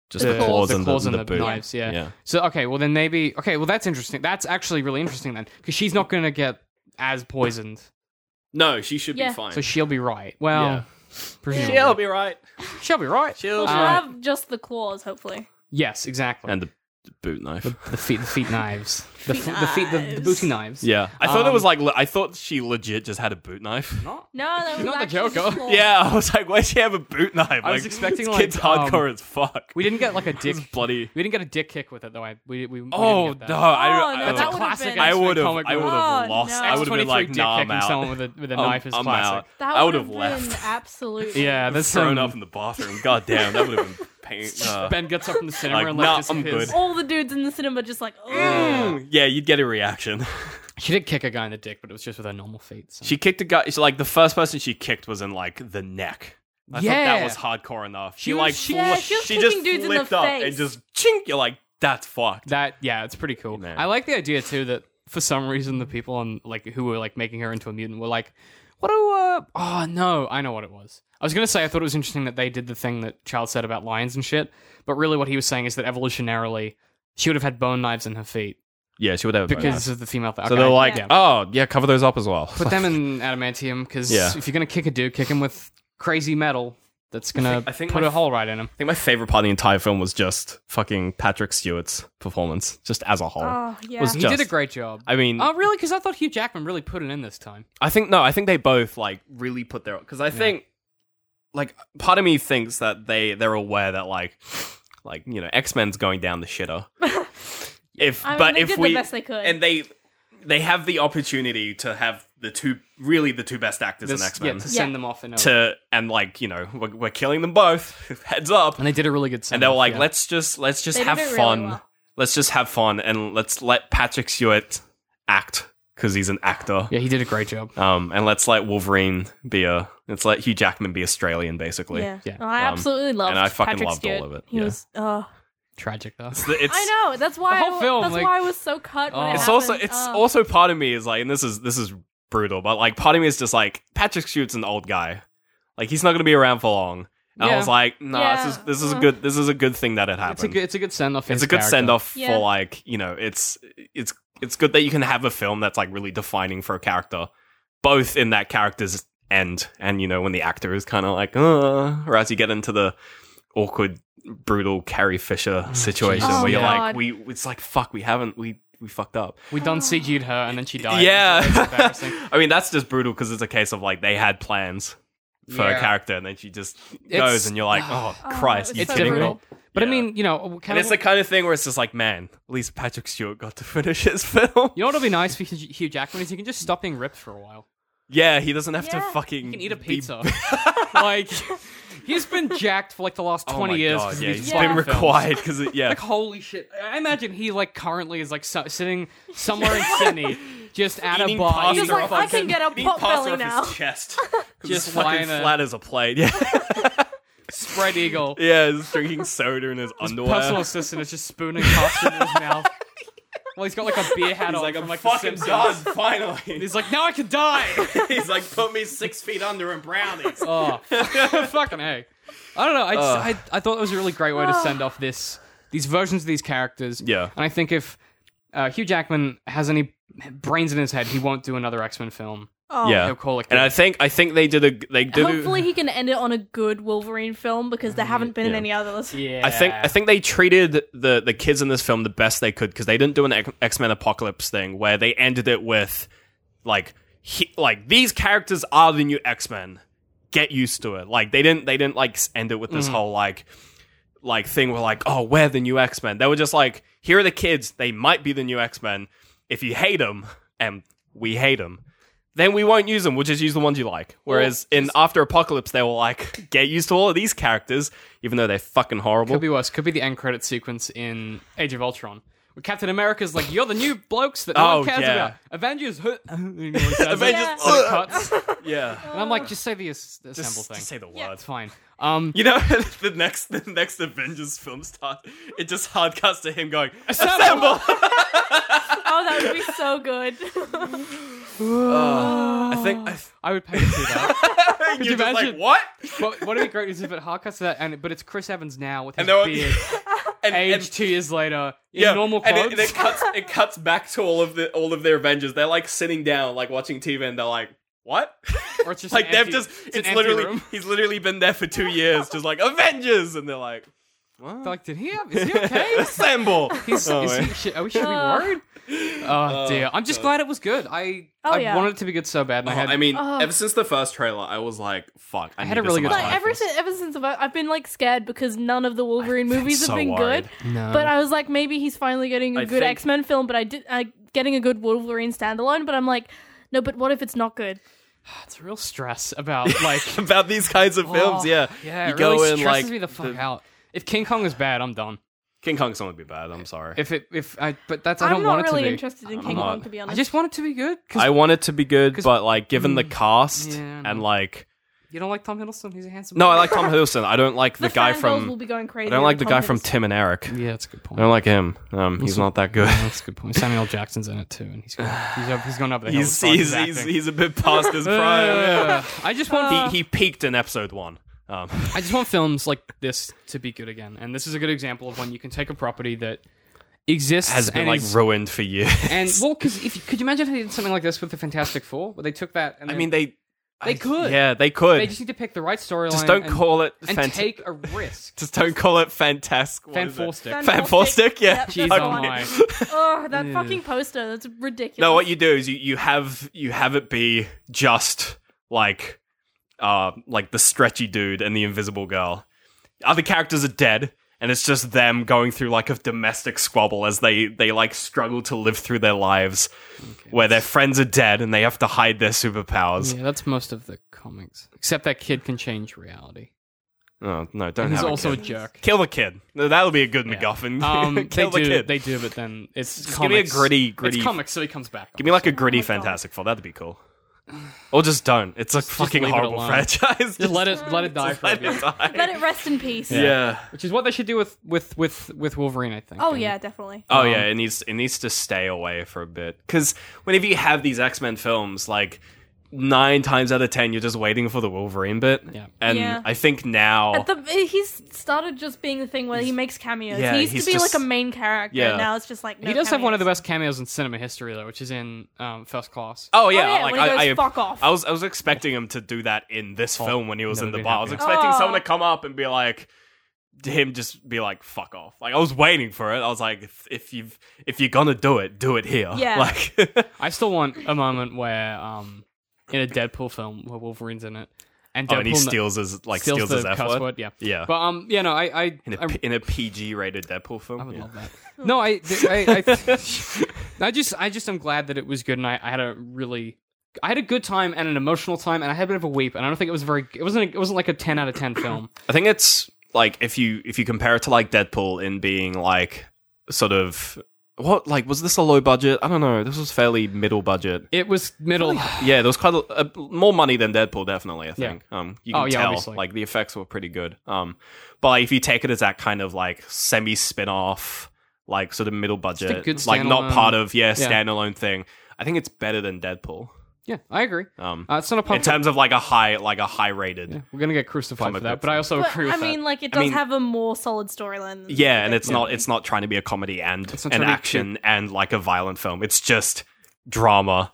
just the, the, claws the and claws the, the, boot. knives. Yeah. Yeah. So okay, well then maybe okay, well that's interesting. That's actually really interesting then, because she's not going to get as poisoned, No, she should Yeah. be fine. so she'll be right. Well, Yeah. presumably. She'll be right. she'll be right. She'll Well, be she'll Uh, have just the claws, hopefully. Yes, exactly. and the, the boot knife. the, the feet, the feet knives, the Feet feet, the, feet the, the knives. booty knives. yeah, I thought Um, it was like le- I thought she legit just had a boot knife. No, that was not the actually just Joker. claws. Yeah, I was like, why would she have a boot knife? Like, I was expecting, this like, kid's hardcore um, as fuck. We didn't get like a dick. It's bloody. we didn't get a dick kick with it though. I we, we, we Oh didn't no! get that. I, Oh, I, no, that a would classic have been. I X-Men would have. comic I would book. have Oh, lost. no. I would have been like, dick nah, I'm kicking someone out. with a with a I'm- knife is I'm classic. out. That I would would've have left. Been absolutely. Yeah, that's thrown um, up in the bathroom. God damn, that would have been pain. Uh, Ben gets up in the cinema Like, and nah, like I'm disappears. good. All the dudes in the cinema just like, oh, mm, yeah, you'd get a reaction. She did kick a guy in the dick, but it was just with her normal feet. So. She kicked a guy. She, like the first person she kicked was in like the neck. I Yeah. thought that was hardcore enough. She, She was- like Yeah, fli- she was just kicking dudes in the flipped up face. and just chink. You're like that's fucked. That yeah, it's pretty cool. Man. I like the idea too that for some reason the people on like who were like making her into a mutant were like, "What do uh oh no, I know what it was." I was gonna say I thought it was interesting that they did the thing that Charles said about lions and shit, but really what he was saying is that evolutionarily she would have had bone knives in her feet Yeah, she would have. a bone because knife. of the female. Th- so they're like, yeah. oh yeah, cover those up as well. put them in adamantium because Yeah. if you're gonna kick a dude, kick him with crazy metal that's gonna I think put my- a hole right in him. I think my favorite part of the entire film was just fucking Patrick Stewart's performance, just as a whole. Oh, yeah. Was He just- did a great job. I mean, oh really? Because I thought Hugh Jackman really put it in this time. I think no, I think they both like really put their because I think like part of me thinks that they they're aware that like like you know X Men's going down the shitter. if I mean, but they if did the we best they could. and they they have the opportunity to have the two really the two best actors This- in X Men yeah, to to, send Yeah. them off in a and like you know we're, we're killing them both heads up and they did a really good. and they were send-off, like yeah. let's just let's just They did have it really fun well. let's just have fun and let's let Patrick Stewart act because he's an actor Yeah, he did a great job. um, and let's let Wolverine be a. Let's let Hugh Jackman be Australian, basically. yeah. Yeah. I Um, absolutely loved and I fucking Patrick loved all Stewart. of it, He yeah. was, oh. Tragic though. It's, the- it's- I know. That's why. The whole I, film, That's like- why I was so cut. when Oh. it It's also. happened. It's Oh. also part of me is like, and this is this is brutal, but like part of me is just like Patrick Stewart's an old guy, like he's not gonna be around for long. And I Yeah. was like, no, Yeah. this is this is a Uh. good this is a good thing that it happened. It's a good. It's a good send off. It's a good send off Yeah. for like you know, it's it's it's good that you can have a film that's like really defining for a character, both in that character's end and you know when the actor is kind of like, uh, or as you get into the awkward, brutal Carrie Fisher situation Jesus. where you're Oh, like, God. we it's like fuck, we haven't we we fucked up. We done CG'd her and then she died. yeah, It's embarrassing. I mean that's just brutal because it's a case of like they had plans. For a Yeah. character, and then she just It's- goes, and you're like, "Oh, Christ! it's you It's so kidding me?" difficult. brutal. But I Yeah. mean, you know, And kind it's of. the kind of thing where it's just like, man, at least Patrick Stewart got to finish his film. you know what'll be nice for Hugh Hugh Jackman is he can just stop being ripped for a while. Yeah, he doesn't have to Yeah. fucking. He can eat a be- pizza. like he's been jacked for like the last Oh my twenty years. God, 'cause of yeah, these he's fucking been Bond films. required because yeah, Like holy shit! I imagine he like currently is like so- sitting somewhere in Sydney, just at eating a bar, pasta eating Just like, off I his- can get a eating pot pasta belly off now. His chest, 'Cause Just it's fucking lying there. flat as a plate. Yeah, spread eagle. yeah, he's drinking soda in his underwear. personal assistant is just spooning pasta in his mouth. Well, he's got like a beer hat He's on like, from I'm like The fucking Simpsons. done. And Finally, He's like, now I can die. he's like, put me six feet under and brownies. oh, fucking hey. I don't know. I, just, I I thought it was a really great way to send off this these versions of these characters. Yeah. and I think if uh, Hugh Jackman has any brains in his head, he won't do another X Men film. Oh. Yeah, He'll call it. and good. I think I think they did a they did. a- Hopefully, he can end it on a good Wolverine film because there haven't been in Yeah. any others. yeah, I think I think they treated the the kids in this film the best they could because they didn't do an X Men Apocalypse thing where they ended it with like he, like these characters are the new X Men. Get used to it. Like they didn't they didn't like s- end it with Mm. this whole like like thing where like oh we're the new X Men. They were just like here are the kids. They might be the new X Men. If you hate them and we hate them. Then we won't use them. We'll just use the ones you like. Whereas in After Apocalypse, they were like, get used to all of these characters, even though they're fucking horrible. could be worse. Could be the end credit sequence in Age of Ultron. Where Captain America's like, you're the new blokes that no Oh, one cares yeah. about. Avengers, huh? Avengers, Avengers- cuts. Yeah. And I'm like, just say the as- assemble Oh. Just, thing. just say the word. It's fine. Um, You know, the next the next Avengers film starts. It just hard cuts to him going assemble. Oh, that would be so good. Oh I think I th- I would pay to see that. you're you just like Oh. imagine? what? but what would be great is if it hard cuts to that, and but it's Chris Evans now with his And they're- beard, And, aged and- two years later, in yeah, normal and clothes. it, and it cuts it cuts back to all of the all of their Avengers. They're like sitting down, like watching TV, and they're like, "What?" or it's just like an they've empty- just it's, it's, an empty literally room. he's literally been there for two years, just like Avengers, and they're like, "What?" They're like, did he have? Is he okay? assemble. He's, Oh, is man. he, should, are we, should we be Uh. worried? Oh, dear. I'm just glad it was good. I Oh, I yeah. wanted it to be good so bad, and I had I mean, Oh. ever since the first trailer, I was like, "Fuck!" I, had need a this really in good my time. Like life. ever since, ever since I've, I've been like scared because none of the Wolverine been movies so have been worried. good. But I was like, maybe he's finally getting a Uh-huh. I good think- X Men film. But I did uh, getting a good Wolverine standalone. But I'm like, no. But what if it's not good? it's real stress about like about these kinds of films. Oh, yeah, yeah. you it go really in stresses like me the fuck out. If King Kong is bad, I'm done. King Kong's gonna be bad. I'm sorry. If it if I but that's I I'm don't not want it really to be. interested in King not. Kong to be honest. I just want it to be good. 'cause I want it to be good, 'Cause- but like given the cast yeah, I know. and like You don't like Tom Hiddleston? He's a handsome. No, man. I like Tom Hiddleston. I don't like the, the guy fangirls will from. be going crazy. I don't like the over guy Tom from Hiddleston. Tim and Eric. Yeah, that's a good point. I don't like him. Um, he's not that good. That's a good point. Samuel Jackson's in it too, and he's going, he's, up, he's going up the hill. He's as far as he's, acting. he's, he's a bit past his prime. Ugh. I just want Uh, he, he peaked in episode one. Um, I just want films like this to be good again, and this is a good example of when you can take a property that exists has been and like is- ruined for years. and well, because if you- could you imagine if they did something like this with the Fantastic Four, where they took that and I then- mean, they They I- could. Yeah, they could. they just just, need to pick the right storyline. don't and- call it and fant- take a risk. Just don't call it fantastic. what Fan is it? four stick. Fan four stick. Yeah. Yep, Jeez, that's oh the one. my. Oh, that fucking poster. That's ridiculous. No, what you do is you, you have you have it be just like uh like the stretchy dude and the invisible girl. Other characters are dead, and it's just them going through like a domestic squabble as they they like struggle to live through their lives, where their friends are dead and they have to hide their superpowers. Yeah, that's most of the comics. Except that kid can change reality. Oh no, don't. And he's have a also a kid. jerk. Kill the kid. No, that'll be a good Yeah. MacGuffin. Um, Kill they the do, kid. they do, but then it's Just give comics. me a gritty- gritty- It's comics, so he comes back. Give me like a Oh gritty my God. Fantastic Four. That'd be cool. Or just don't. It's a fucking leave it horrible alone. franchise. just let it let it die for a Let bit, it die. Let it rest in peace. Yeah. which is what they should do with with with with Wolverine. I think. Oh And- yeah, definitely. Oh Um, yeah, it needs it needs to stay away for a bit because whenever you have these X Men films, like nine times out of ten, you're just waiting for the Wolverine bit. Yeah. And Yeah. I think now, At the, he's started just being the thing where he makes cameos. Yeah, he used he's to be just- like a main character. Yeah. and Now it's just like no He does have one of the cameos. best cameos in cinema history, though, which is in um, First Class. oh yeah, Oh, yeah, like when he I, goes, I, "Fuck off." I was I was expecting him to do that in Oh, this film when he was never in the been bar. I was happier. expecting Oh. someone to come up and be like. Him just be like fuck off. Like I was waiting for it. I was like, if, if you've if you're gonna do it, do it here. Yeah. Like Oh, I still want a moment where, um, in a Deadpool film, where Wolverine's in it, and Deadpool Oh, and he kn- steals his like steals, the his F cuss word. word. Yeah, Yeah. But um, yeah, no, I, I, in a I, P- in a PG rated Deadpool film. I would Yeah. love that. No, I, I, I, I just, I just am glad that it was good, and I, I had a really, I had a good time and an emotional time, and I had a bit of a weep, and I don't think it was very, it wasn't, it wasn't like a ten out of ten film. I think it's like if you if you compare it to like Deadpool in being like sort of what like was this a low budget? I don't know. This was fairly middle budget. It was middle. Yeah, there was quite a, a- more money than Deadpool, definitely. I think. Um, you can Oh, yeah, tell obviously. like the effects were pretty good. Um, but like, if you take it as that kind of like semi spin off, like sort of middle budget, good like not standalone- part of yeah Yeah. standalone thing. I think it's better than Deadpool. Yeah, I agree. Um, Uh, it's not a in pop. terms of like a high like a high rated. Yeah, we're gonna get crucified for Comic that, book but I also But agree with I mean, that. like it I does mean- have a more solid storyline. than- Yeah, and it's not it's not trying to be a comedy and not an trying to be action and like a violent film. It's just drama,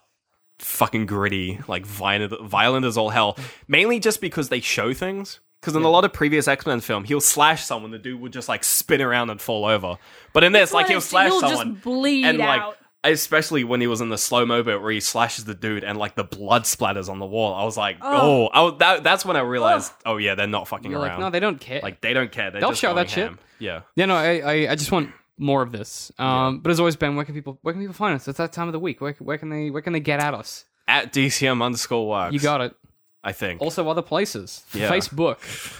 fucking gritty, like violent violent as all hell. Mainly just because they show things. Because in a lot of previous X Men film, he'll slash someone, the dude will just like spin around and fall over. But in this, like he'll slash He'll someone just bleed and like. out. Especially when he was in the slow mo bit where he slashes the dude and like the blood splatters on the wall, I was like, oh, Oh. I was- that, that's when I realized, oh yeah, they're not fucking You're like, around. no, they don't care. Like they don't care. They're They'll just show going that shit. ham. Yeah. Yeah, no, I, I, I just want more of this. Um, but as always, Ben, where can people, where can people find us? It's that time of the week. Where, where can they, where can they get at us? at DCM underscore works. You got it. I think. Also, other places, Yeah. Facebook,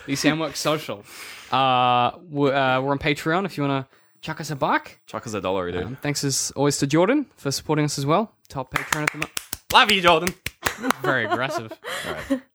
DCM Works Social. Uh, we're, uh, we're on Patreon if you wanna chuck us a buck. Chuck us a dollar, dude. Um, thanks as always to Jordan for supporting us as well. Top Patreon at the moment. Love you, Jordan. Very aggressive.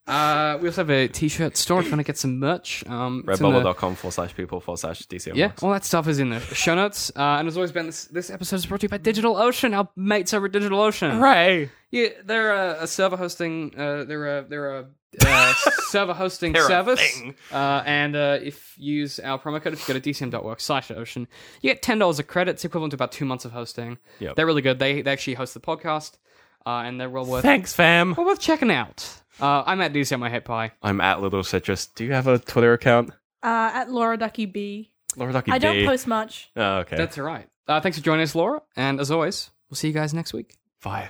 Uh, we also have a t-shirt store if you wanna get some merch. Um, it's in the- Redbubble.com forward slash people forward slash DCM Yeah, works. all that stuff is in the show notes. Uh, and as always, Ben, this, this episode is brought to you by Digital Ocean, our mates over at Digital Ocean. Hooray. Yeah, they're a, a server hosting. Uh, they're a they're a uh, server hosting They're a service. thing. Uh, and uh, if you use our promo code, if you go to dcm.org slash ocean, you get ten dollars of credits, equivalent to about two months of hosting. Yep. they're really good. They they actually host the podcast, uh, and they're well worth Thanks, fam. well worth checking out. Uh, I'm at DCM. I hate pie. I'm at Little Citrus. Do you have a Twitter account? Uh, at Laura Ducky B. Laura Ducky I don't D. post much. Oh, okay. That's all right. Uh, thanks for joining us, Laura. And as always, we'll see you guys next week. Bye.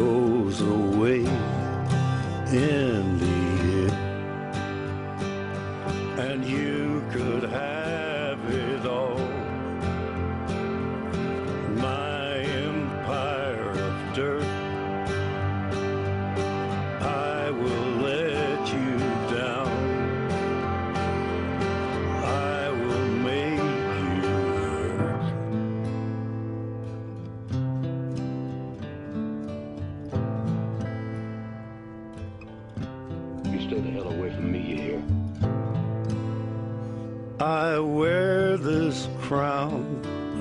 goes away in the end, and you could have it all. My empire of dirt. I will let you down. I will make you hurt. You stay the hell away from me, you hear? I wear this crown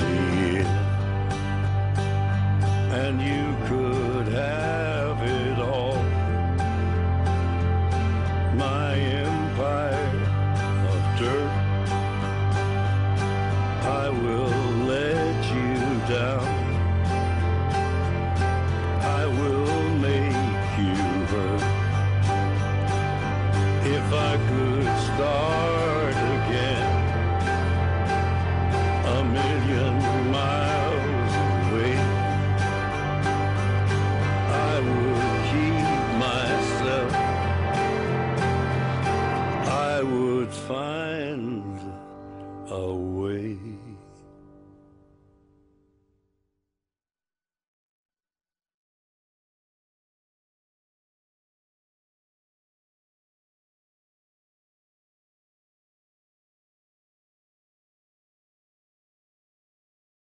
the end. And you could have it all. My empire of dirt. I will let you down. I will make you hurt. If I could start again a million miles away, I would keep myself. I would find a way.